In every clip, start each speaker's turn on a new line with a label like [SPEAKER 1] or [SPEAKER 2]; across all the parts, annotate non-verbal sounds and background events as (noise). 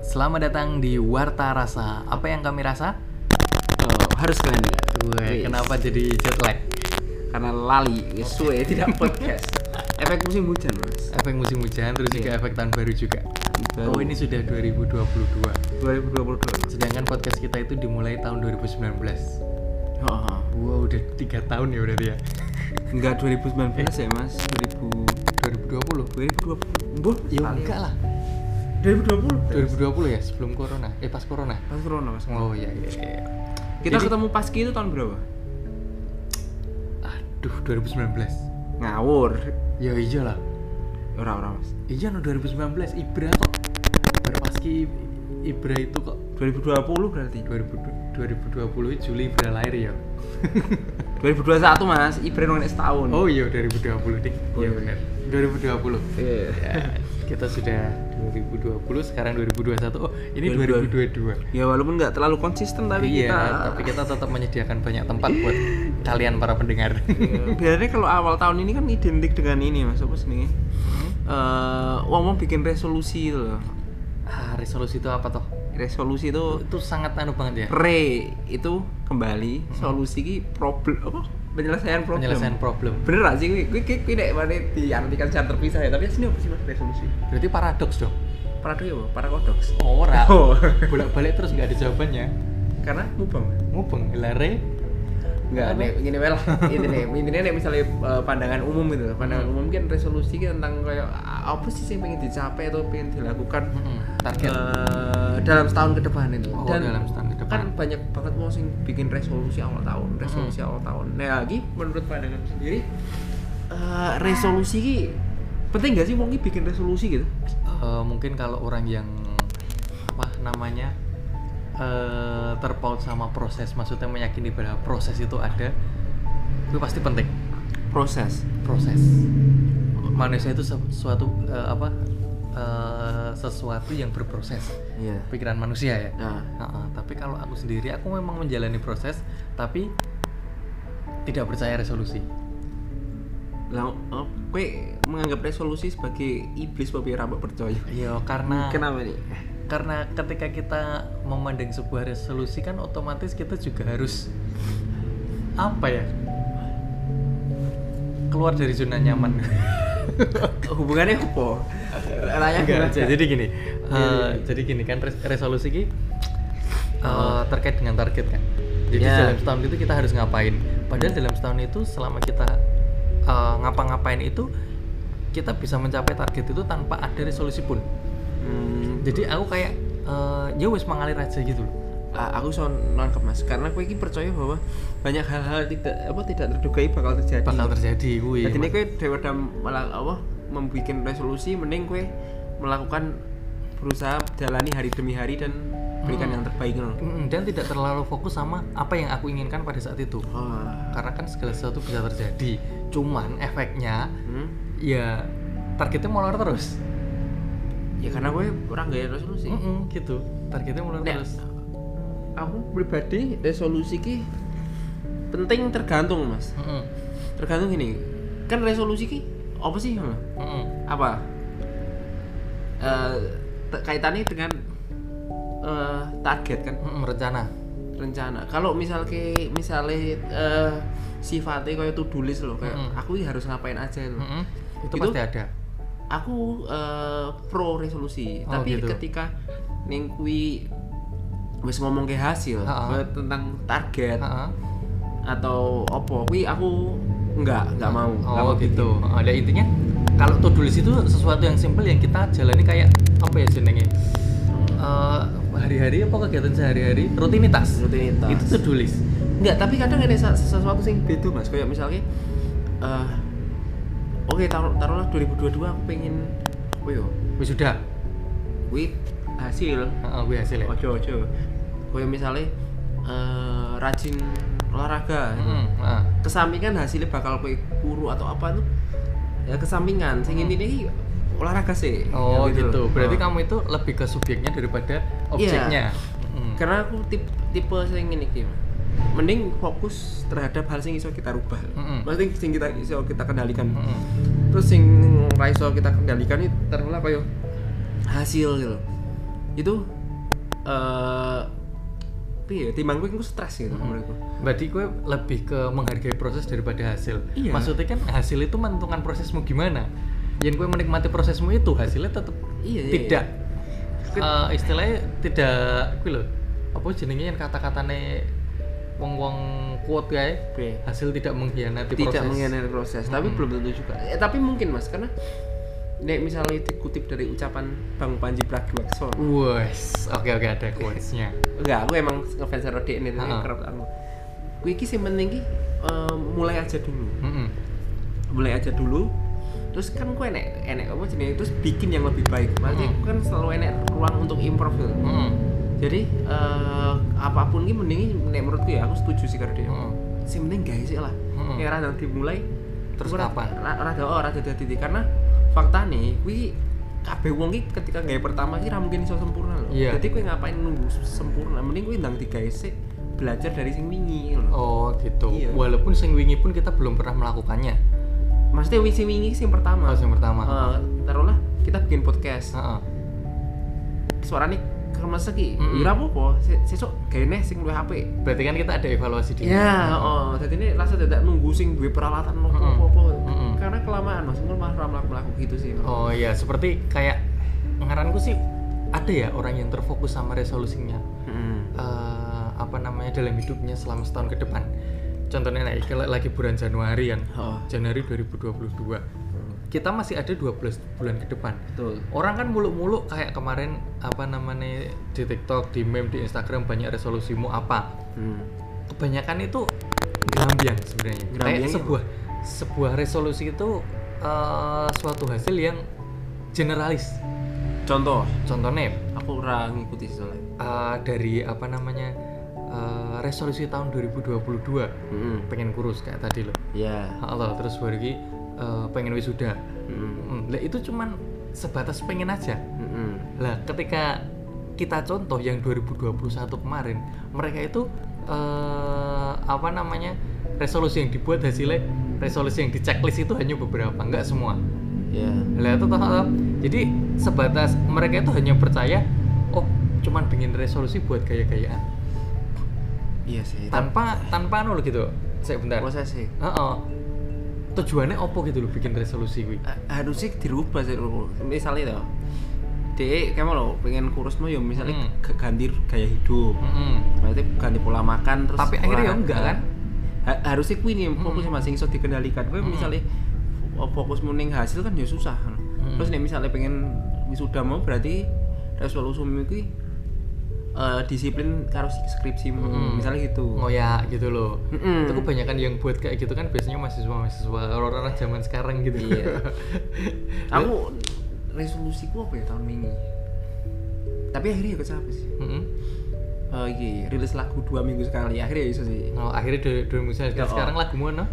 [SPEAKER 1] Selamat datang di Warta Rasa. Apa yang kami rasa?
[SPEAKER 2] Oh, harus kalian dengar.
[SPEAKER 1] Weh,
[SPEAKER 2] Wih,
[SPEAKER 1] kenapa jadi jet lag?
[SPEAKER 2] Karena lali, ngesue, tidak
[SPEAKER 1] (laughs)
[SPEAKER 2] podcast. Efek musim hujan, Mas.
[SPEAKER 1] Efek musim hujan terus juga efek tahun baru juga.
[SPEAKER 2] Baru
[SPEAKER 1] Oh, ini sudah 2022.
[SPEAKER 2] 2022.
[SPEAKER 1] Sedangkan podcast kita itu dimulai tahun 2019.
[SPEAKER 2] Oh, oh.
[SPEAKER 1] Wow, udah 3 tahun ya berarti ya.
[SPEAKER 2] Enggak 2019
[SPEAKER 1] Eh.
[SPEAKER 2] ya, Mas. 2000
[SPEAKER 1] 2020.
[SPEAKER 2] 2020. Boh,
[SPEAKER 1] Ya enggak lah.
[SPEAKER 2] 2020.
[SPEAKER 1] 2020 ya sebelum corona. Eh pas corona.
[SPEAKER 2] Pas corona, Mas.
[SPEAKER 1] Oh iya iya. iya.
[SPEAKER 2] Kita
[SPEAKER 1] Jadi-
[SPEAKER 2] ketemu Paski itu tahun berapa?
[SPEAKER 1] Aduh 2019.
[SPEAKER 2] Ngawur.
[SPEAKER 1] Ya iyalah.
[SPEAKER 2] Ora-ora, Mas.
[SPEAKER 1] Iya no 2019 Ibra kok. Berpaski Ibra itu kok
[SPEAKER 2] 2020 berarti.
[SPEAKER 1] 2000 2020 Juli Ibra (laughs) lahir ya.
[SPEAKER 2] 2021, Mas. Ibre nongkrong setahun.
[SPEAKER 1] Oh iya 2020 dik.
[SPEAKER 2] Oh,
[SPEAKER 1] Iya
[SPEAKER 2] iya.
[SPEAKER 1] benar. 2020.
[SPEAKER 2] Iya.
[SPEAKER 1] Ya, kita sudah 2020 sekarang 2021. Oh, ini
[SPEAKER 2] 2022.
[SPEAKER 1] 2022.
[SPEAKER 2] Ya walaupun nggak terlalu konsisten tapi
[SPEAKER 1] iya,
[SPEAKER 2] kita
[SPEAKER 1] tapi kita tetap menyediakan banyak tempat
[SPEAKER 2] (laughs)
[SPEAKER 1] buat kalian para pendengar.
[SPEAKER 2] Iya. biasanya kalau awal tahun ini kan identik dengan ini mas apa sih Eh, wong-wong bikin resolusi itu loh
[SPEAKER 1] ah, resolusi itu apa toh?
[SPEAKER 2] resolusi itu
[SPEAKER 1] Itu sangat anu banget ya.
[SPEAKER 2] re itu kembali solusi ki problem apa Hmm. penyelesaian problem
[SPEAKER 1] Penyelesaian problem.
[SPEAKER 2] bener gak sih kui kui kui kui nek mana diartikan secara terpisah ya tapi sini apa sih mas resolusi
[SPEAKER 1] Berarti paradoks dong.
[SPEAKER 2] paradoks ya paradoks
[SPEAKER 1] Ora.
[SPEAKER 2] Oh.
[SPEAKER 1] Bolak-balik terus nggak ada jawabannya.
[SPEAKER 2] karena mubang
[SPEAKER 1] Ngupeng lare.
[SPEAKER 2] Enggak,
[SPEAKER 1] Apa?
[SPEAKER 2] nek gini well. (laughs) Intinya intinya nek misalnya eh, pandangan umum gitu. loh. Pandangan umum kan resolusi kan tentang kayak ah, apa sih yang pengen dicapai atau pengen dilakukan
[SPEAKER 1] Mm-mm, Target.
[SPEAKER 2] eh, dalam setahun ke depan
[SPEAKER 1] Iya.
[SPEAKER 2] itu.
[SPEAKER 1] Oh, dalam setahun ke depan. Hmm.
[SPEAKER 2] Kan banyak banget orang yang bikin resolusi awal tahun, resolusi awal tahun. Nah, lagi menurut pandangan sendiri eh, resolusi ki penting gak sih wong ki bikin resolusi gitu?
[SPEAKER 1] Eh, mungkin kalau orang yang apa namanya eh, terpaut sama proses maksudnya meyakini bahwa proses itu ada itu pasti penting
[SPEAKER 2] Proses.
[SPEAKER 1] proses manusia itu sesuatu eh, apa eh, sesuatu yang berproses
[SPEAKER 2] Iya.
[SPEAKER 1] pikiran manusia ya
[SPEAKER 2] Nah,
[SPEAKER 1] Heeh, tapi kalau aku sendiri aku memang menjalani proses tapi tidak percaya resolusi
[SPEAKER 2] lah oh, kue menganggap resolusi sebagai iblis tapi rambut percaya.
[SPEAKER 1] ya karena
[SPEAKER 2] Kenapa nih?
[SPEAKER 1] karena ketika kita memandang sebuah resolusi kan otomatis kita juga harus apa ya keluar dari zona nyaman
[SPEAKER 2] hubungannya apa? Layak
[SPEAKER 1] Enggak,
[SPEAKER 2] gak?
[SPEAKER 1] aja. jadi gini eh, jadi gini kan res- resolusi ki eh, terkait dengan target kan jadi
[SPEAKER 2] Ya.
[SPEAKER 1] dalam setahun itu kita harus ngapain padahal dalam setahun itu selama kita eh, ngapa-ngapain itu kita bisa mencapai target itu tanpa ada resolusi pun
[SPEAKER 2] Hmm,
[SPEAKER 1] jadi aku kayak eh, ya wes mengalir aja gitu loh
[SPEAKER 2] a- aku so nangkep mas, karena aku ini percaya bahwa banyak hal-hal tidak apa tidak terduga bakal terjadi.
[SPEAKER 1] bakal terjadi kui
[SPEAKER 2] Jadi Iya. ini kue daripada malah apa membuat resolusi, mending kue melakukan berusaha jalani hari demi hari dan berikan yang terbaik loh.
[SPEAKER 1] Mm, dan tidak terlalu fokus sama apa yang aku inginkan pada saat itu karena kan segala sesuatu bisa terjadi cuman efeknya
[SPEAKER 2] Hmm?
[SPEAKER 1] ya targetnya molor terus
[SPEAKER 2] Ya karena kue kurang gaya resolusi.
[SPEAKER 1] Mm-mm, gitu targetnya molor
[SPEAKER 2] Nek.
[SPEAKER 1] terus
[SPEAKER 2] Aku pribadi resolusi ki penting tergantung mas.
[SPEAKER 1] Mm-mm,
[SPEAKER 2] Tergantung gini, kan resolusi ki apa sih? Mas?
[SPEAKER 1] mm-mm.
[SPEAKER 2] apa Eh, te- kaitannya dengan eh, target kan
[SPEAKER 1] Mm-mm, rencana
[SPEAKER 2] rencana kalau misalnya misalnya eh, sifatnya kayak to do list loh kayak
[SPEAKER 1] Mm-mm.
[SPEAKER 2] aku ini harus ngapain aja loh
[SPEAKER 1] Mm-mm, itu,
[SPEAKER 2] Itu-
[SPEAKER 1] pasti ada
[SPEAKER 2] aku eh, pro resolusi
[SPEAKER 1] Oh,
[SPEAKER 2] tapi
[SPEAKER 1] gitu.
[SPEAKER 2] ketika ning kui wis ngomong ke hasil
[SPEAKER 1] Ha-ha.
[SPEAKER 2] eh, tentang target
[SPEAKER 1] Ha-ha.
[SPEAKER 2] atau opo kui aku nggak nggak mau nggak
[SPEAKER 1] oh
[SPEAKER 2] mau
[SPEAKER 1] gitu ada intinya kalau to do list itu sesuatu yang simple yang kita jalani kayak apa ya jenenge Eh, hari-hari apa kegiatan sehari-hari rutinitas
[SPEAKER 2] rutinitas
[SPEAKER 1] itu to do list
[SPEAKER 2] Enggak, tapi kadang ada sa- sesuatu yang beda mas Kayak misalnya eh Oke, taruh taruhlah 2022 aku pengen Apa ya?
[SPEAKER 1] wis sudah
[SPEAKER 2] Wih, hasil
[SPEAKER 1] Heeh, gue hasil ya
[SPEAKER 2] Oh, Ojo-ojo Kayak misalnya eh Rajin olahraga
[SPEAKER 1] Mm, heeh.
[SPEAKER 2] Kesampingan hasilnya bakal kue kuru atau apa tuh Ya kesampingan, sing ini nih olahraga sih
[SPEAKER 1] Hmm. Oh
[SPEAKER 2] Ya
[SPEAKER 1] gitu.
[SPEAKER 2] loh.
[SPEAKER 1] Berarti
[SPEAKER 2] Ah.
[SPEAKER 1] kamu itu lebih ke subjeknya daripada objeknya.
[SPEAKER 2] Iya.
[SPEAKER 1] Mm.
[SPEAKER 2] Karena aku tipe, tipe sing ngene iki. Mas. Mending fokus terhadap hal sing iso kita rubah.
[SPEAKER 1] Mm-mm.
[SPEAKER 2] Maksudnya sing kita iso kita kendalikan.
[SPEAKER 1] Mm-mm.
[SPEAKER 2] Terus sing ra iso kita kendalikan itu taruhlah apa yo? Hasil gitu. Itu eh piye ya, timbang kuwi ku stres gitu menurutku.
[SPEAKER 1] Berarti gue lebih ke menghargai proses daripada hasil.
[SPEAKER 2] Iya.
[SPEAKER 1] Maksudnya kan hasil itu menentukan prosesmu gimana. Yang gue menikmati prosesmu itu hasilnya tetap
[SPEAKER 2] Iya, iya,
[SPEAKER 1] tidak
[SPEAKER 2] iya.
[SPEAKER 1] eh, istilahnya tidak gue loh. Apa jenenge yang kata-katane wong-wong quote kae
[SPEAKER 2] Piye?
[SPEAKER 1] hasil tidak mengkhianati
[SPEAKER 2] tidak
[SPEAKER 1] proses.
[SPEAKER 2] mengkhianati proses tapi belum tentu juga Eh, tapi mungkin mas karena nek misalnya dikutip dari ucapan bang Panji Pragiwaksono
[SPEAKER 1] Wes, oke oke ada quotes-nya.
[SPEAKER 2] enggak aku emang ngefans karo dia ini tapi
[SPEAKER 1] Ha-ha.
[SPEAKER 2] kerap aku anu. Kuwi iki sing penting iki eh, mulai aja dulu
[SPEAKER 1] Mm-mm.
[SPEAKER 2] mulai aja dulu terus kan gue enek enek apa jenis terus bikin yang lebih baik maksudnya
[SPEAKER 1] Mm.
[SPEAKER 2] kan selalu enek ruang untuk improve gitu.
[SPEAKER 1] Mm-mm.
[SPEAKER 2] jadi eh, apapun ini mending nek menurutku ya aku setuju sih karo dia
[SPEAKER 1] Mm-mm.
[SPEAKER 2] sing penting guys sih lah
[SPEAKER 1] Mm-mm.
[SPEAKER 2] kayak rada dimulai
[SPEAKER 1] Hmm. Terus
[SPEAKER 2] Gua rada-
[SPEAKER 1] kapan?
[SPEAKER 2] ra- rada oh rada dadi titik karena fakta nih kuwi kabeh wong iki ketika gawe pertama iki ra mungkin iso sempurna loh
[SPEAKER 1] Iya.
[SPEAKER 2] jadi kuwi ngapain nunggu sempurna mending kuwi ndang tiga sik belajar dari sing wingi loh
[SPEAKER 1] Oh gitu.
[SPEAKER 2] Iya.
[SPEAKER 1] Walaupun sing wingi pun kita belum pernah melakukannya.
[SPEAKER 2] maksudnya wingi sing wingi sing pertama
[SPEAKER 1] Oh, yang pertama.
[SPEAKER 2] Eh, taruhlah kita bikin podcast
[SPEAKER 1] Heeh.
[SPEAKER 2] suarane kermesek iki
[SPEAKER 1] Mm-mm.
[SPEAKER 2] ora apa-apa Se- sesuk gawe neh sing luwih apik
[SPEAKER 1] Berarti kan kita ada evaluasi di
[SPEAKER 2] Ya, oh, jadi ini rasa tidak nunggu sing duwe peralatan mau
[SPEAKER 1] Mm-mm.
[SPEAKER 2] apa apa
[SPEAKER 1] Mm-mm.
[SPEAKER 2] karena kelamaan mas, gue malah melaku melaku gitu sih.
[SPEAKER 1] Oh iya, seperti kayak ngaranku sih ada ya orang yang terfokus sama resolusinya
[SPEAKER 2] Mm.
[SPEAKER 1] eh, apa namanya dalam hidupnya selama setahun ke depan. Contohnya lagi lagi bulan Januari kan.
[SPEAKER 2] Oh.
[SPEAKER 1] Januari 2022. Kita masih ada 12 bulan ke depan.
[SPEAKER 2] Betul.
[SPEAKER 1] Orang kan muluk-muluk kayak kemarin apa namanya di TikTok, di meme, di Instagram banyak resolusimu apa.
[SPEAKER 2] Hmm.
[SPEAKER 1] kebanyakan itu gerambiang sebenarnya kayak
[SPEAKER 2] Gerambiang ya,
[SPEAKER 1] sebuah sebuah resolusi itu eh, suatu hasil yang generalis
[SPEAKER 2] Contoh,
[SPEAKER 1] contohnya
[SPEAKER 2] aku kurang ngikuti sih soalnya.
[SPEAKER 1] eh, dari apa namanya eh, resolusi tahun 2022
[SPEAKER 2] Mm-mm.
[SPEAKER 1] pengen kurus kayak tadi loh
[SPEAKER 2] Ya.
[SPEAKER 1] Allah terus pergi pengen wisuda
[SPEAKER 2] Mm-mm.
[SPEAKER 1] Hmm, lah itu cuman sebatas pengen aja
[SPEAKER 2] Mm-mm.
[SPEAKER 1] Lah, ketika kita contoh yang 2021 kemarin, mereka itu eh, apa namanya? resolusi yang dibuat hasilnya resolusi yang di checklist itu hanya beberapa, nggak semua.
[SPEAKER 2] Ya.
[SPEAKER 1] Lah itu toh- toh. Jadi sebatas mereka itu hanya percaya oh, cuman bikin resolusi buat gaya-gayaan.
[SPEAKER 2] Iya sih.
[SPEAKER 1] Tanpa tanpa anu loh gitu. Saya bentar.
[SPEAKER 2] Proses sih.
[SPEAKER 1] Heeh. Tujuannya opo gitu loh bikin resolusi kuwi.
[SPEAKER 2] Eh, harusnya dirubah sih Rul. misalnya tuh dek kamu lo pengen kurus mau ya misalnya
[SPEAKER 1] Mm.
[SPEAKER 2] ke- ganti gaya hidup
[SPEAKER 1] Mm-mm.
[SPEAKER 2] berarti ganti pola makan terus
[SPEAKER 1] Tapi akhirnya ya
[SPEAKER 2] olahraga.
[SPEAKER 1] enggak, kan? Hmm.
[SPEAKER 2] Ha- harusnya kuwi nih fokus masing iso dikendalikan kuwi
[SPEAKER 1] Mm-mm.
[SPEAKER 2] misalnya fo- fokus mending hasil kan ya susah kan.
[SPEAKER 1] Hmm.
[SPEAKER 2] terus nih misalnya pengen wisuda mau berarti resolusi kuwi eh, disiplin karo si- skripsimu
[SPEAKER 1] Mm-mm.
[SPEAKER 2] misalnya gitu
[SPEAKER 1] ngoyak gitu loh
[SPEAKER 2] Mm-mm.
[SPEAKER 1] itu kebanyakan yang buat kayak gitu kan biasanya mahasiswa mahasiswa orang-orang zaman sekarang gitu (laughs)
[SPEAKER 2] Iya. aku resolusiku apa ya tahun ini tapi akhirnya ya kecapai sih
[SPEAKER 1] Mm-mm.
[SPEAKER 2] Oh iya, iya, rilis lagu dua minggu sekali. Akhirnya ya iso sih.
[SPEAKER 1] Nah, akhirnya dari dari misalnya
[SPEAKER 2] Ya, oh.
[SPEAKER 1] sekarang lagu mana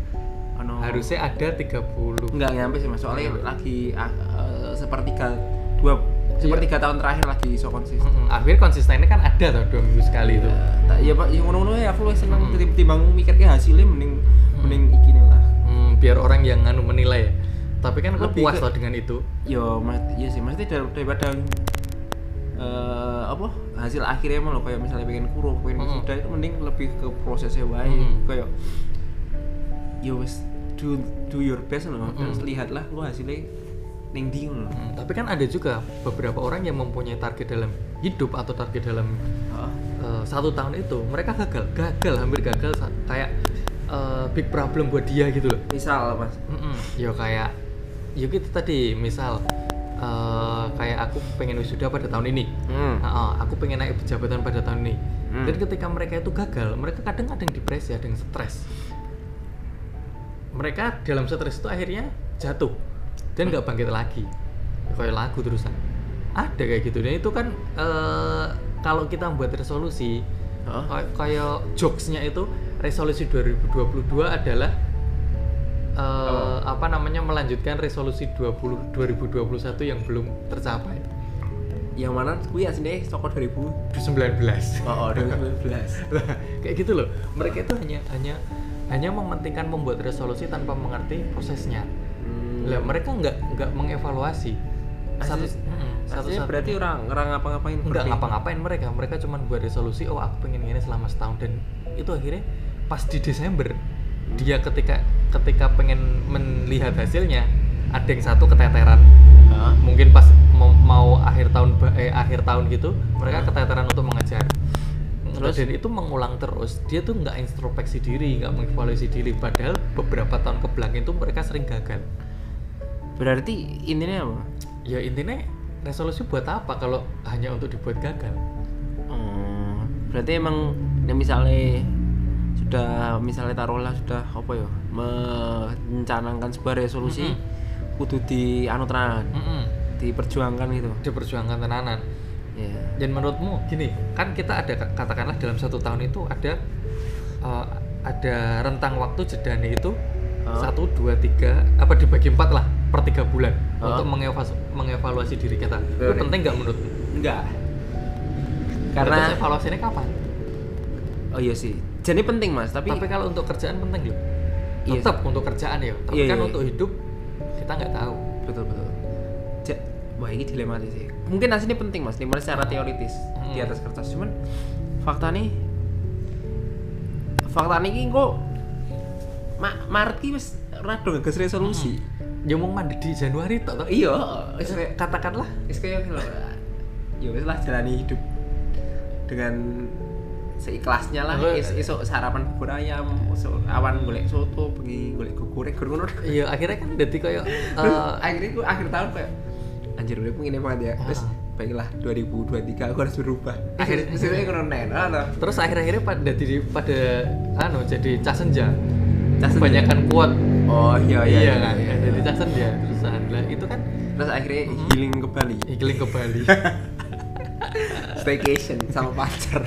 [SPEAKER 2] Ano
[SPEAKER 1] harusnya ada 30
[SPEAKER 2] enggak nyampe sih Mas. Soalnya lagi ah, eh, sepertiga dua sepertiga tahun terakhir lagi iso konsisten.
[SPEAKER 1] Mm-mm. akhirnya konsistennya kan ada toh dua minggu sekali itu
[SPEAKER 2] Ya, tak- ya Pak, yang ngono-ngono ya aku wis seneng timbang mikirke hasilnya mending mending iki nih lah.
[SPEAKER 1] Hmm, biar orang yang nganu menilai ya tapi kan aku
[SPEAKER 2] Lebih
[SPEAKER 1] puas
[SPEAKER 2] ke-
[SPEAKER 1] loh dengan itu
[SPEAKER 2] Yo, mas, iya sih, mesti dar- daripada eh, apa hasil akhirnya emang lo kayak misalnya pengen kurung, pengen
[SPEAKER 1] Mm-mm.
[SPEAKER 2] wisuda itu mending lebih ke prosesnya wae.
[SPEAKER 1] Mm-mm.
[SPEAKER 2] Kayak yo wis do do your best loh, terus lihatlah lo hasilnya neng di ngono.
[SPEAKER 1] Hmm, tapi kan ada juga beberapa orang yang mempunyai target dalam hidup atau target dalam
[SPEAKER 2] Heeh.
[SPEAKER 1] Eh, satu tahun itu mereka gagal gagal hampir gagal sa- kayak eh, big problem buat dia gitu loh
[SPEAKER 2] Misal mas,
[SPEAKER 1] Mm-mm. ya kayak ya gitu tadi misal eh, kayak aku pengen wisuda pada tahun ini Ah, ah, aku pengen naik jabatan pada tahun ini
[SPEAKER 2] Hmm.
[SPEAKER 1] dan ketika mereka itu gagal mereka kadang ada yang depresi ada yang stres mereka dalam stres itu akhirnya jatuh dan nggak bangkit lagi kayak lagu terusan ada kayak gitu dan itu kan eh, kalau kita membuat resolusi
[SPEAKER 2] Heeh.
[SPEAKER 1] Kay- kayak jokesnya itu resolusi 2022 adalah eh, apa namanya melanjutkan resolusi 20 2021 yang belum tercapai
[SPEAKER 2] yang mana kui aslinya toko 2000
[SPEAKER 1] 19
[SPEAKER 2] Oh, oh 2019
[SPEAKER 1] Lah, kayak gitu loh mereka itu hanya hanya hanya mementingkan membuat resolusi tanpa mengerti prosesnya
[SPEAKER 2] Hmm.
[SPEAKER 1] lah mereka nggak nggak mengevaluasi satu
[SPEAKER 2] Asli-
[SPEAKER 1] mm, satu satu-
[SPEAKER 2] Aslinya hmm, berarti orang orang ngapa-ngapain
[SPEAKER 1] nggak
[SPEAKER 2] berdiri.
[SPEAKER 1] ngapa-ngapain mereka mereka cuman buat resolusi oh aku pengen ini selama setahun dan itu akhirnya pas di Desember dia ketika ketika pengen melihat hasilnya ada yang satu keteteran
[SPEAKER 2] Hah?
[SPEAKER 1] mungkin pas mau, mau akhir tahun ba- eh, akhir tahun gitu mereka keteteran untuk mengejar Nah,
[SPEAKER 2] Terus?
[SPEAKER 1] dan itu mengulang terus dia tuh nggak introspeksi diri nggak mengevaluasi diri padahal beberapa tahun kebelakang itu mereka sering gagal
[SPEAKER 2] Berarti intinya apa?
[SPEAKER 1] ya intinya resolusi buat apa kalau hanya untuk dibuat gagal
[SPEAKER 2] Oh, berarti emang ya misalnya sudah misalnya taruhlah sudah apa ya mencanangkan sebuah resolusi kudu di anu tenan,
[SPEAKER 1] Mm-mm.
[SPEAKER 2] diperjuangkan gitu.
[SPEAKER 1] diperjuangkan tenanan
[SPEAKER 2] Ya.
[SPEAKER 1] dan menurutmu gini kan kita ada katakanlah dalam satu tahun itu ada eh, ada rentang waktu jedanya itu
[SPEAKER 2] Hah?
[SPEAKER 1] satu dua tiga apa dibagi empat lah per tiga bulan
[SPEAKER 2] Hah?
[SPEAKER 1] untuk mengevaluasi, mengevaluasi diri kita itu
[SPEAKER 2] Betul.
[SPEAKER 1] penting nggak menurutmu
[SPEAKER 2] Enggak.
[SPEAKER 1] Terus
[SPEAKER 2] Karena
[SPEAKER 1] evaluasinya kapan
[SPEAKER 2] oh iya sih. Jadi penting Mas, tapi,
[SPEAKER 1] tapi kalau untuk kerjaan penting loh
[SPEAKER 2] Iya
[SPEAKER 1] tetap untuk kerjaan ya tapi
[SPEAKER 2] Iya,
[SPEAKER 1] kan
[SPEAKER 2] iya.
[SPEAKER 1] untuk hidup kita nggak tahu
[SPEAKER 2] betul betul. Ja- Wah, ini dilematis sih. Mungkin aslinya penting Mas, dimana secara teoritis
[SPEAKER 1] Hmm.
[SPEAKER 2] di atas kertas cuman fakta nih fakta nih kok Ma Maret ki wis rada ngegas resolusi.
[SPEAKER 1] ya mau mandi di Januari toh toh.
[SPEAKER 2] Iya, wis kayak-
[SPEAKER 1] katakanlah
[SPEAKER 2] wis kayak ngono. Ya wis lah jalani hidup dengan seikhlasnya lah.
[SPEAKER 1] Aku-
[SPEAKER 2] Is esuk sarapan bubur ayam, esuk awan golek soto, bengi golek gogurek gur ngono.
[SPEAKER 1] iya akhirnya kan jadi kayak
[SPEAKER 2] Terus
[SPEAKER 1] eh,
[SPEAKER 2] akhirnya gue akhir tahun kayak anjir udah pengen banget ya. Terus
[SPEAKER 1] Ah.
[SPEAKER 2] baiklah 2023 aku harus berubah.
[SPEAKER 1] Akhirnya-
[SPEAKER 2] Akhirnya sini gue nenen. Ana.
[SPEAKER 1] terus akhir-akhirnya pada jadi pada anu jadi cah senja
[SPEAKER 2] Cah senja.
[SPEAKER 1] kebanyakan kuat
[SPEAKER 2] Oh iya iya. Mm-hmm.
[SPEAKER 1] iya kan jadi cah senja terus alhamdulillah itu kan
[SPEAKER 2] Terus akhirnya healing ke Bali.
[SPEAKER 1] ikling ke
[SPEAKER 2] (laughs)
[SPEAKER 1] Bali
[SPEAKER 2] Staycation sama pacar.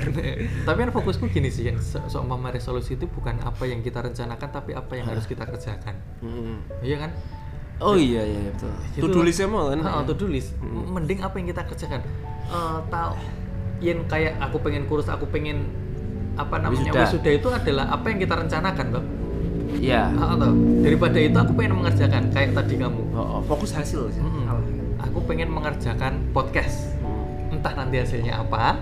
[SPEAKER 1] tapi kan fokusku gini sih yang se- seumpama resolusi itu bukan apa yang kita rencanakan tapi apa yang harus kita kerjakan
[SPEAKER 2] Mm.
[SPEAKER 1] iya kan
[SPEAKER 2] Oh iya iya iya, betul.
[SPEAKER 1] Gitu.
[SPEAKER 2] To do listnya mau kan?
[SPEAKER 1] Nah, to-do list. Mending apa yang kita kerjakan? Eh tahu yang kayak aku pengen kurus, aku pengen apa namanya
[SPEAKER 2] Wisuda.
[SPEAKER 1] wisuda itu adalah apa yang kita rencanakan toh.
[SPEAKER 2] Iya.
[SPEAKER 1] Ah, toh. Daripada itu aku pengen mengerjakan kayak tadi kamu.
[SPEAKER 2] Oh, oh, fokus hasil sih.
[SPEAKER 1] Mm-mm. Aku pengen mengerjakan podcast.
[SPEAKER 2] Mm-hmm.
[SPEAKER 1] Entah nanti hasilnya apa.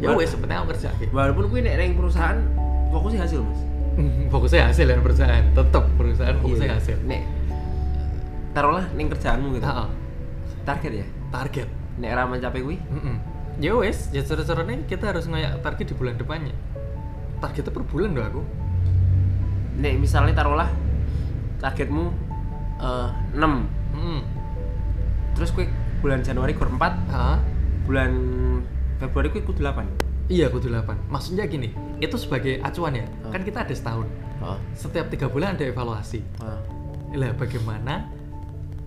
[SPEAKER 1] Ya
[SPEAKER 2] Bar-
[SPEAKER 1] wes sebenarnya aku kerjain.
[SPEAKER 2] Walaupun gue nek neng perusahaan fokusnya hasil mas.
[SPEAKER 1] (laughs) fokusnya hasil dan perusahaan. Tetap perusahaan fokusnya
[SPEAKER 2] Iya.
[SPEAKER 1] hasil.
[SPEAKER 2] Nek taruhlah neng kerjaanmu gitu.
[SPEAKER 1] Ah, ah.
[SPEAKER 2] Target ya.
[SPEAKER 1] target.
[SPEAKER 2] Nek ra mencapai gue.
[SPEAKER 1] Mm-mm. Ya wes, ya seru-serunya kita harus ngayak target di bulan depannya. Targetnya per bulan loh aku.
[SPEAKER 2] Nek misalnya taruhlah targetmu eh, 6
[SPEAKER 1] Mm-mm.
[SPEAKER 2] terus gue bulan Januari gue 4
[SPEAKER 1] Hah?
[SPEAKER 2] bulan Februari gue ikut 8
[SPEAKER 1] Iya, kudu 8. Maksudnya gini, itu sebagai acuan ya.
[SPEAKER 2] Ah.
[SPEAKER 1] Kan kita ada setahun. Setiap tiga bulan ada evaluasi. Lah, bagaimana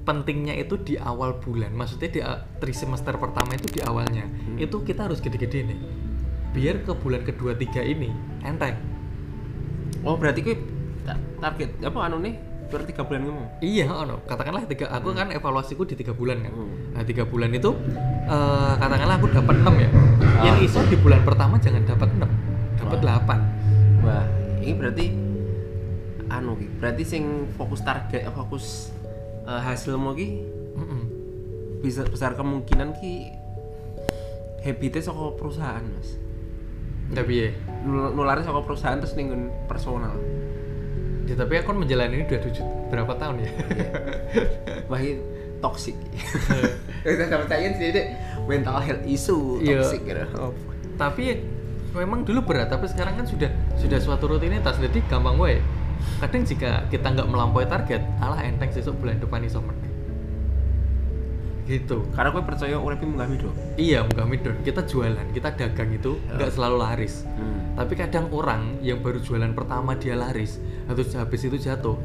[SPEAKER 1] pentingnya itu di awal bulan. Maksudnya di a- tri semester pertama itu di awalnya. Itu kita harus gede-gede nih. Biar ke bulan kedua tiga ini enteng.
[SPEAKER 2] oh berarti gue ta- target apa anu nih per 3 bulan kamu
[SPEAKER 1] Iya, ono. Katakanlah tiga, aku kan evaluasiku di tiga bulan kan.
[SPEAKER 2] Hmm.
[SPEAKER 1] Nah, tiga bulan itu eh, katakanlah aku dapat 6 ya. Yang iso di bulan pertama jangan dapat 6, dapat 8.
[SPEAKER 2] wah ini berarti anu ki berarti sing fokus target fokus eh, hasilmu ki
[SPEAKER 1] Mm-mm.
[SPEAKER 2] bisa besar kemungkinan ki habitnya saka perusahaan mas
[SPEAKER 1] Nggak piye.
[SPEAKER 2] Nul- nularnya saka perusahaan terus nih nggon personal
[SPEAKER 1] Ya, tapi aku kan menjalani ini udah tujuh berapa tahun ya?
[SPEAKER 2] wah ini toxic (laughs) kita percaya sih dek mental health issue
[SPEAKER 1] Iya.
[SPEAKER 2] toxic gitu oh.
[SPEAKER 1] tapi ya, memang dulu berat, tapi sekarang kan sudah sudah suatu rutinitas, jadi gampang wae. Kadang jika kita nggak melampaui target, alah enteng sesuk bulan depan iso meneh. Gitu.
[SPEAKER 2] karena gue percaya urip munggah hidup
[SPEAKER 1] Iya, muka midon. Kita jualan, kita dagang itu nggak selalu laris. Tapi kadang orang yang baru jualan pertama dia laris, terus habis itu jatuh.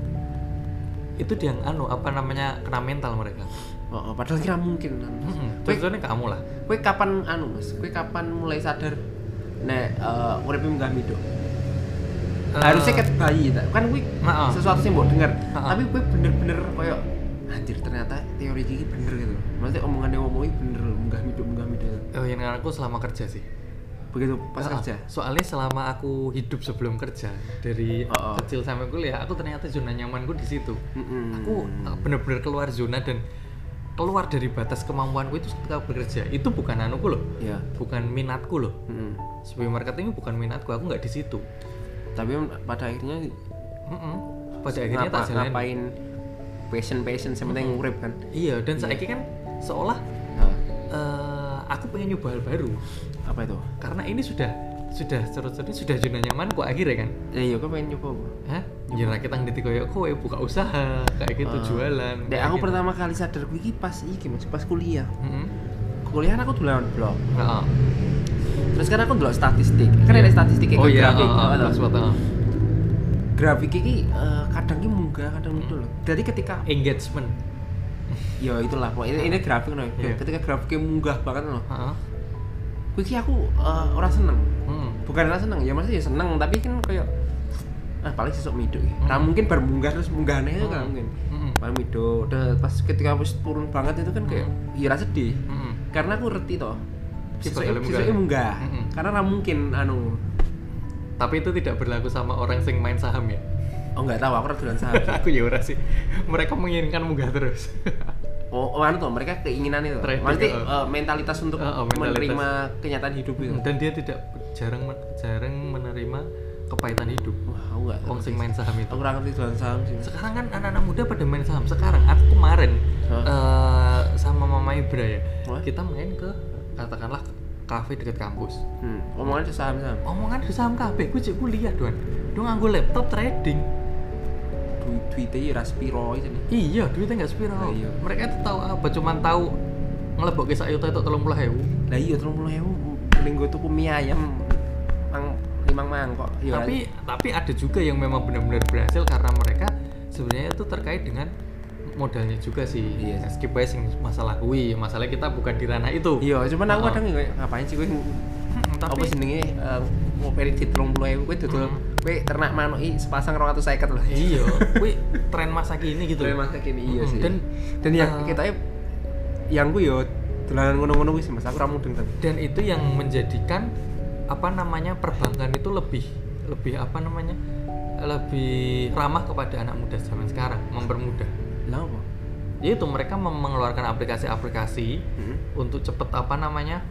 [SPEAKER 1] Itu yang anu apa namanya kena mental mereka.
[SPEAKER 2] Oh, oh, padahal kira mungkin kan.
[SPEAKER 1] Mm-mm.
[SPEAKER 2] Gue,
[SPEAKER 1] Contohnya kamu lah.
[SPEAKER 2] gue kapan anu mas? Gue kapan mulai sadar nek uh, urip munggah hidup? Harusnya ket bayi ta. kan gue
[SPEAKER 1] Nah, ah.
[SPEAKER 2] sesuatu sih mau dengar.
[SPEAKER 1] Ah, ah.
[SPEAKER 2] Tapi gue bener-bener koyo anjir ternyata teori gigi bener gitu. Maksudnya omongannya ngomongin bener munggah hidup munggah hidup.
[SPEAKER 1] Oh, yang dengan aku selama kerja sih.
[SPEAKER 2] Begitu pas
[SPEAKER 1] Ah,
[SPEAKER 2] kerja.
[SPEAKER 1] Soalnya selama aku hidup sebelum kerja dari
[SPEAKER 2] Oh, oh.
[SPEAKER 1] kecil sampai kuliah, aku ternyata zona nyamanku di situ.
[SPEAKER 2] Mm-mm.
[SPEAKER 1] Aku eh, bener-bener keluar zona dan keluar dari batas kemampuanku itu ketika bekerja itu bukan anuku loh
[SPEAKER 2] ya
[SPEAKER 1] bukan minatku loh
[SPEAKER 2] Mm-mm.
[SPEAKER 1] sebagai marketing bukan minatku aku nggak di situ
[SPEAKER 2] tapi pada akhirnya
[SPEAKER 1] Mm-mm. pada akhirnya tak
[SPEAKER 2] ngapa-
[SPEAKER 1] jalanin.
[SPEAKER 2] ngapain passion passion yang penting ngurip kan
[SPEAKER 1] iya dan saat ini kan seolah eh, aku pengen nyoba hal baru
[SPEAKER 2] apa itu
[SPEAKER 1] karena ini sudah sudah cerut-cerutnya sudah zona nyamanku akhirnya kan
[SPEAKER 2] ya iya kau pengen nyoba apa?
[SPEAKER 1] Hah? Ya kita ngedit koyo kowe buka usaha kayak gitu
[SPEAKER 2] Ah.
[SPEAKER 1] jualan. gitu.
[SPEAKER 2] Dek, aku pertama kali sadar gue iki pas iki mas pas kuliah
[SPEAKER 1] Heeh.
[SPEAKER 2] kuliahan aku dulu blog
[SPEAKER 1] Hmm? Heeh.
[SPEAKER 2] terus kan aku dulu statistik kan ada statistik kayak
[SPEAKER 1] Oh iya,
[SPEAKER 2] grafik
[SPEAKER 1] heeh,
[SPEAKER 2] apa tau?
[SPEAKER 1] pas buat, heeh.
[SPEAKER 2] grafik iki eh, kadang ini munggah kadang mundur loh jadi ketika
[SPEAKER 1] engagement.
[SPEAKER 2] ya itulah pokoknya ini, ini grafik loh
[SPEAKER 1] Iya.
[SPEAKER 2] ketika grafiknya munggah banget loh
[SPEAKER 1] Heeh. Hmm.
[SPEAKER 2] gue iki aku eh, ora seneng
[SPEAKER 1] Heeh.
[SPEAKER 2] bukan ora seneng ya maksudnya ya seneng tapi kan kayak ah paling sesuk miduk ya. Nah,
[SPEAKER 1] Hmm.
[SPEAKER 2] mungkin baru munggah terus munggahnya itu kan mungkin
[SPEAKER 1] Heeh.
[SPEAKER 2] paling miduk udah pas ketika wis turun banget itu kan
[SPEAKER 1] Hmm.
[SPEAKER 2] kayak ya rasa sedih
[SPEAKER 1] Heeh.
[SPEAKER 2] karena aku reti toh
[SPEAKER 1] Si
[SPEAKER 2] Sesuk-
[SPEAKER 1] bakal munggah. Hmm.
[SPEAKER 2] sesuknya munggah
[SPEAKER 1] Mm-mm.
[SPEAKER 2] karena ora mungkin anu
[SPEAKER 1] Tapi itu tidak berlaku sama orang sing main saham ya. (laughs)
[SPEAKER 2] oh nggak tahu aku ora dolan saham
[SPEAKER 1] Aku ya ora sih. Mereka menginginkan munggah terus.
[SPEAKER 2] Oh, oh, anu tuh mereka keinginan itu.
[SPEAKER 1] Traffic,
[SPEAKER 2] Maksudnya
[SPEAKER 1] heeh.
[SPEAKER 2] eh, mentalitas untuk
[SPEAKER 1] Heeh, mentalitas. Hmm.
[SPEAKER 2] menerima kenyataan hidup itu.
[SPEAKER 1] Dan dia tidak jarang men- jarang menerima kepahitan hidup.
[SPEAKER 2] Wah, aku enggak.
[SPEAKER 1] Wong sing main saham itu.
[SPEAKER 2] Aku kurang ngerti dolan saham sih.
[SPEAKER 1] sekarang kan anak-anak muda pada main saham sekarang aku kemarin
[SPEAKER 2] Hah?
[SPEAKER 1] eh, sama mama Ibra ya
[SPEAKER 2] Hah?
[SPEAKER 1] kita main ke katakanlah kafe dekat kampus
[SPEAKER 2] Hmm, omongannya saham-saham.
[SPEAKER 1] omongan di saham kafe gue cek kuliah doan dong nganggo laptop trading
[SPEAKER 2] Duit duitnya ya raspiro itu nih.
[SPEAKER 1] iya duitnya nggak sepira
[SPEAKER 2] Lah iya.
[SPEAKER 1] mereka tuh tahu apa cuman tahu ngelebok ke sayuta itu tolong pulah hewu
[SPEAKER 2] Lah iya 30.000 mending gue tuku mie ayam mang limang mangkok. Ya,
[SPEAKER 1] tapi tapi ada juga yang memang benar-benar berhasil karena mereka sebenarnya itu terkait dengan modalnya juga sih
[SPEAKER 2] Iya.
[SPEAKER 1] skip aja sing masalah kui masalah kita bukan di ranah itu
[SPEAKER 2] iya cuman aku
[SPEAKER 1] Heeh.
[SPEAKER 2] kadang kayak ngapain sih gue
[SPEAKER 1] Mm,
[SPEAKER 2] apa jenenge eh, mau peri di 30.000 gue dodol gue ternak manuki sepasang 250 loh.
[SPEAKER 1] iya kuwi tren masa kini gitu
[SPEAKER 2] Dolan masa kini iya
[SPEAKER 1] Mm,
[SPEAKER 2] sih.
[SPEAKER 1] dan
[SPEAKER 2] dan yang
[SPEAKER 1] eh,
[SPEAKER 2] kita yang gue yo dolanan ngono-ngono wis mas aku ra mudeng tapi
[SPEAKER 1] dan itu yang menjadikan apa namanya perbankan itu lebih lebih apa namanya lebih ramah kepada anak muda zaman sekarang mempermudah
[SPEAKER 2] lha apa
[SPEAKER 1] yaitu mereka mem- mengeluarkan aplikasi-aplikasi
[SPEAKER 2] Hmm.
[SPEAKER 1] untuk cepet apa namanya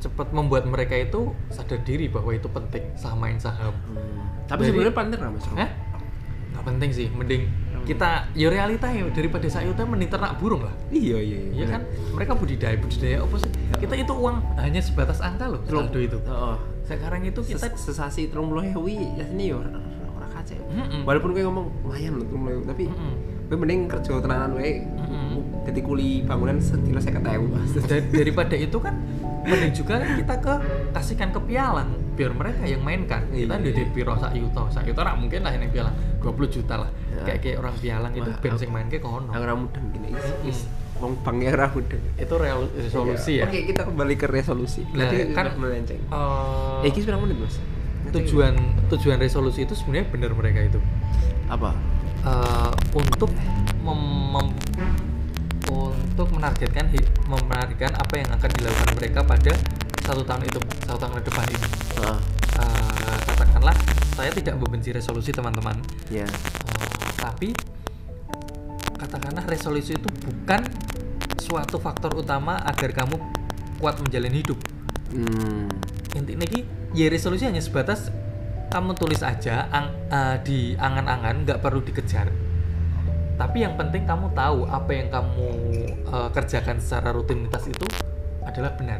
[SPEAKER 1] cepet membuat mereka itu sadar diri bahwa itu penting samain saham
[SPEAKER 2] tapi
[SPEAKER 1] Dari-
[SPEAKER 2] sebenarnya panter nggak mas Rom?
[SPEAKER 1] Hah? nggak penting sih mending kita ya realita ya daripada sayuta mending ternak burung lah
[SPEAKER 2] iya iya
[SPEAKER 1] Iya kan, mereka budidaya budidaya apa sih? Kita itu uang hanya sebatas angka loh, saldo itu.
[SPEAKER 2] oh,
[SPEAKER 1] Sekarang itu
[SPEAKER 2] kita
[SPEAKER 1] kita
[SPEAKER 2] sesasi terung mulai hewi ya sini yo orang kaca
[SPEAKER 1] Mm-mm.
[SPEAKER 2] walaupun gue ngomong lumayan loh terung mulai tapi
[SPEAKER 1] Mm-mm.
[SPEAKER 2] gue mending kerja tenanan gue
[SPEAKER 1] Mm-mm.
[SPEAKER 2] jadi kuli bangunan setino saya ketemu mas
[SPEAKER 1] Dar- daripada itu kan mending juga kan kita ke kasihkan ke pialang biar mereka yang mainkan. Kita
[SPEAKER 2] Iya.
[SPEAKER 1] di piro sak yuto, sak yuto rak mungkin lah yang pialang 20 juta lah. Kayak kayak orang pialang itu
[SPEAKER 2] Wah,
[SPEAKER 1] ben sing main ke kono.
[SPEAKER 2] aku ramu dan gini is is wong bangnya ramu dan
[SPEAKER 1] Itu real- resolusi ya.
[SPEAKER 2] oke kita kembali ke resolusi
[SPEAKER 1] Nah,
[SPEAKER 2] tadi
[SPEAKER 1] kan-
[SPEAKER 2] kan melenceng
[SPEAKER 1] Eh,
[SPEAKER 2] eh ini berapa menit mas
[SPEAKER 1] tujuan tujuan resolusi itu sebenarnya benar mereka itu.
[SPEAKER 2] apa
[SPEAKER 1] eh, untuk mem- mem- untuk menargetkan hi- menargetkan apa yang akan dilakukan mereka pada satu tahun itu satu tahun ke depan ini
[SPEAKER 2] Ah,
[SPEAKER 1] Eh, katakanlah saya tidak membenci resolusi teman-teman
[SPEAKER 2] ya
[SPEAKER 1] Eh, tapi katakanlah resolusi itu bukan suatu faktor utama agar kamu kuat menjalani hidup
[SPEAKER 2] hmm
[SPEAKER 1] intinya ki ya resolusi hanya sebatas kamu tulis aja ang- eh, di angan-angan nggak perlu dikejar tapi yang penting kamu tahu apa yang kamu eh, kerjakan secara rutinitas itu adalah benar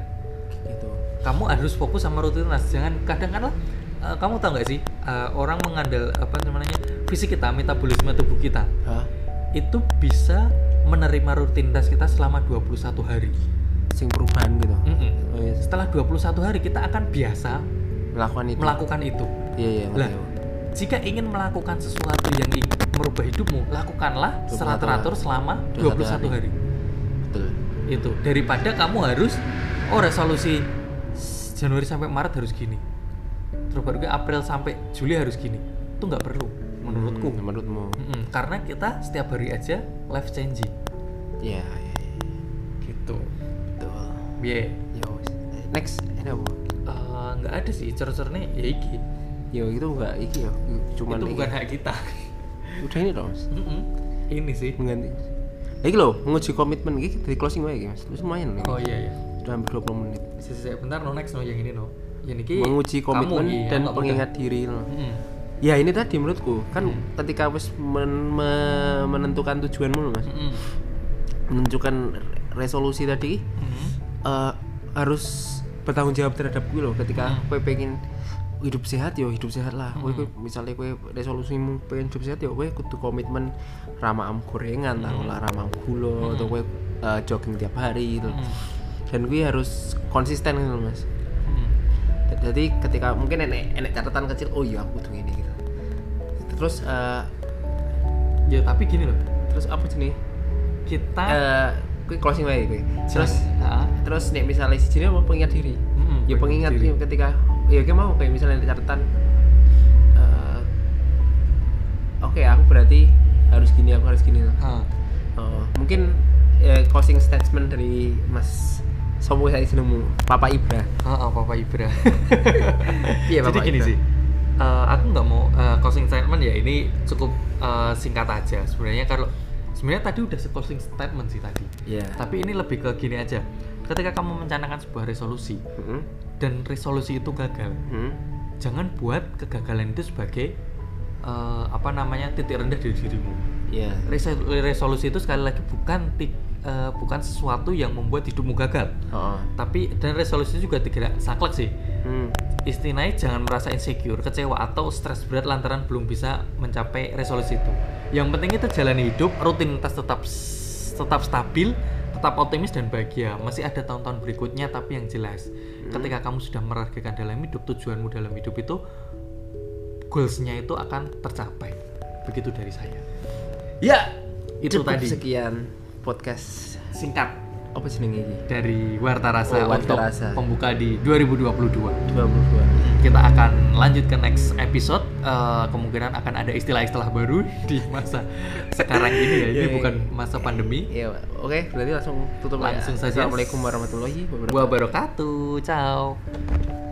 [SPEAKER 2] gitu
[SPEAKER 1] kamu harus fokus sama rutinitas jangan kadang kadang kamu tahu nggak sih eh, orang mengandal apa namanya fisik kita metabolisme tubuh kita
[SPEAKER 2] Hah?
[SPEAKER 1] itu bisa menerima rutinitas kita selama 21 hari
[SPEAKER 2] sing perubahan gitu
[SPEAKER 1] Mm-mm.
[SPEAKER 2] oh, iya.
[SPEAKER 1] setelah 21 hari kita akan biasa
[SPEAKER 2] melakukan itu
[SPEAKER 1] melakukan itu
[SPEAKER 2] iya iya
[SPEAKER 1] Lah.
[SPEAKER 2] ngerti aku.
[SPEAKER 1] Jika ingin melakukan sesuatu yang ingin merubah hidupmu, lakukanlah secara
[SPEAKER 2] 21
[SPEAKER 1] teratur selama 21
[SPEAKER 2] 21
[SPEAKER 1] hari.
[SPEAKER 2] betul
[SPEAKER 1] Itu daripada kamu harus oh resolusi s- Januari sampai Maret harus gini. Terus baru ke April sampai Juli harus gini. Itu nggak perlu menurutku.
[SPEAKER 2] Hmm, menurutmu
[SPEAKER 1] Mm-mm, Karena kita setiap hari aja life changing
[SPEAKER 2] ya ya, ya.
[SPEAKER 1] gitu.
[SPEAKER 2] betul
[SPEAKER 1] Yeah.
[SPEAKER 2] ya wis. next ada apa
[SPEAKER 1] Eh, nggak ada sih cercernya ya iki.
[SPEAKER 2] ya itu enggak iki ya cuman
[SPEAKER 1] Itu
[SPEAKER 2] iki.
[SPEAKER 1] bukan hak kita. (laughs)
[SPEAKER 2] udah ini dong Mas.
[SPEAKER 1] Mm-mm. Ini sih.
[SPEAKER 2] mengganti Iki lho, menguji komitmen iki dari closing wae iki, Mas. Wis lumayan lho.
[SPEAKER 1] Oh iya iya.
[SPEAKER 2] Sudah hampir 20 menit.
[SPEAKER 1] Sisi bentar no next no yang ini no. Yang ini iya,
[SPEAKER 2] Menguji komitmen dan pengingat diri lho. Ya ini tadi menurutku kan
[SPEAKER 1] Hmm.
[SPEAKER 2] ketika wis men- me- menentukan tujuanmu lho, Mas.
[SPEAKER 1] Hmm.
[SPEAKER 2] Menentukan resolusi tadi eh, harus bertanggung jawab terhadap gue loh ketika
[SPEAKER 1] Hmm.
[SPEAKER 2] gue pengen hidup sehat yo hidup sehat lah Kowe-
[SPEAKER 1] Hmm.
[SPEAKER 2] kowe- misalnya gue resolusimu pengen hidup sehat yo gue kudu komitmen ramam gorengan
[SPEAKER 1] Hmm.
[SPEAKER 2] taruh lah ramam gula atau gue eh, jogging tiap hari
[SPEAKER 1] Hmm.
[SPEAKER 2] gitu dan gue harus konsisten gitu loh, mas D- jadi ketika mungkin enek enek catatan kecil oh iya aku kudu ini gitu terus eh,
[SPEAKER 1] Ya tapi gini loh.
[SPEAKER 2] terus apa sih nih
[SPEAKER 1] Kita
[SPEAKER 2] Eh, gue closing wae gue terus
[SPEAKER 1] Ah,
[SPEAKER 2] terus nih misalnya si mau pengingat diri
[SPEAKER 1] mm-mm,
[SPEAKER 2] ya pengingat
[SPEAKER 1] diri.
[SPEAKER 2] ya, ketika ya kayak mau kayak misalnya ada catatan eh, oke aku berarti harus gini aku harus gini
[SPEAKER 1] Ah,
[SPEAKER 2] Oh, mungkin eh, closing statement dari Mas Sopo saya senemu Papa Ibra
[SPEAKER 1] ah, ah, Papa
[SPEAKER 2] (laughs)
[SPEAKER 1] Ibra. Jadi
[SPEAKER 2] Iya, Bapak
[SPEAKER 1] gini
[SPEAKER 2] Ibra.
[SPEAKER 1] sih. eh, aku nggak mau eh, closing statement ya ini cukup eh, singkat aja sebenarnya kalau sebenarnya tadi udah closing statement sih tadi
[SPEAKER 2] ya
[SPEAKER 1] tapi ini lebih ke gini aja ketika kamu mencanangkan sebuah resolusi
[SPEAKER 2] Heeh.
[SPEAKER 1] dan resolusi itu gagal
[SPEAKER 2] Heeh.
[SPEAKER 1] jangan buat kegagalan itu sebagai eh, apa namanya titik rendah dari dirimu
[SPEAKER 2] ya
[SPEAKER 1] Resol- resolusi itu sekali lagi bukan ti- eh, bukan sesuatu yang membuat hidupmu gagal
[SPEAKER 2] oh
[SPEAKER 1] tapi dan resolusi juga tidak saklek sih
[SPEAKER 2] Hmm.
[SPEAKER 1] istilahnya jangan merasa insecure, kecewa atau stres berat lantaran belum bisa mencapai resolusi itu. Yang penting itu jalani hidup, rutinitas tetap s- tetap stabil, tetap optimis dan bahagia. Masih ada tahun-tahun berikutnya tapi yang jelas.
[SPEAKER 2] Hmm.
[SPEAKER 1] Ketika kamu sudah merargakan dalam hidup, tujuanmu dalam hidup itu goals-nya itu akan tercapai. Begitu dari saya.
[SPEAKER 2] ya
[SPEAKER 1] Itu
[SPEAKER 2] Cukup
[SPEAKER 1] tadi.
[SPEAKER 2] sekian podcast
[SPEAKER 1] Singkat
[SPEAKER 2] apa jenenge iki
[SPEAKER 1] dari Warta Rasa
[SPEAKER 2] Oh, Warta
[SPEAKER 1] untuk
[SPEAKER 2] Rasa.
[SPEAKER 1] pembuka di 2022.
[SPEAKER 2] 22
[SPEAKER 1] kita akan lanjut ke next episode Eh, kemungkinan akan ada istilah-istilah baru (laughs) di masa sekarang ini ya ini
[SPEAKER 2] Iya, iya.
[SPEAKER 1] bukan masa pandemi
[SPEAKER 2] ya oke berarti langsung tutup ya. aja.
[SPEAKER 1] Langsung saja.
[SPEAKER 2] Assalamualaikum warahmatullahi wabarakatuh
[SPEAKER 1] wabarakatuh ciao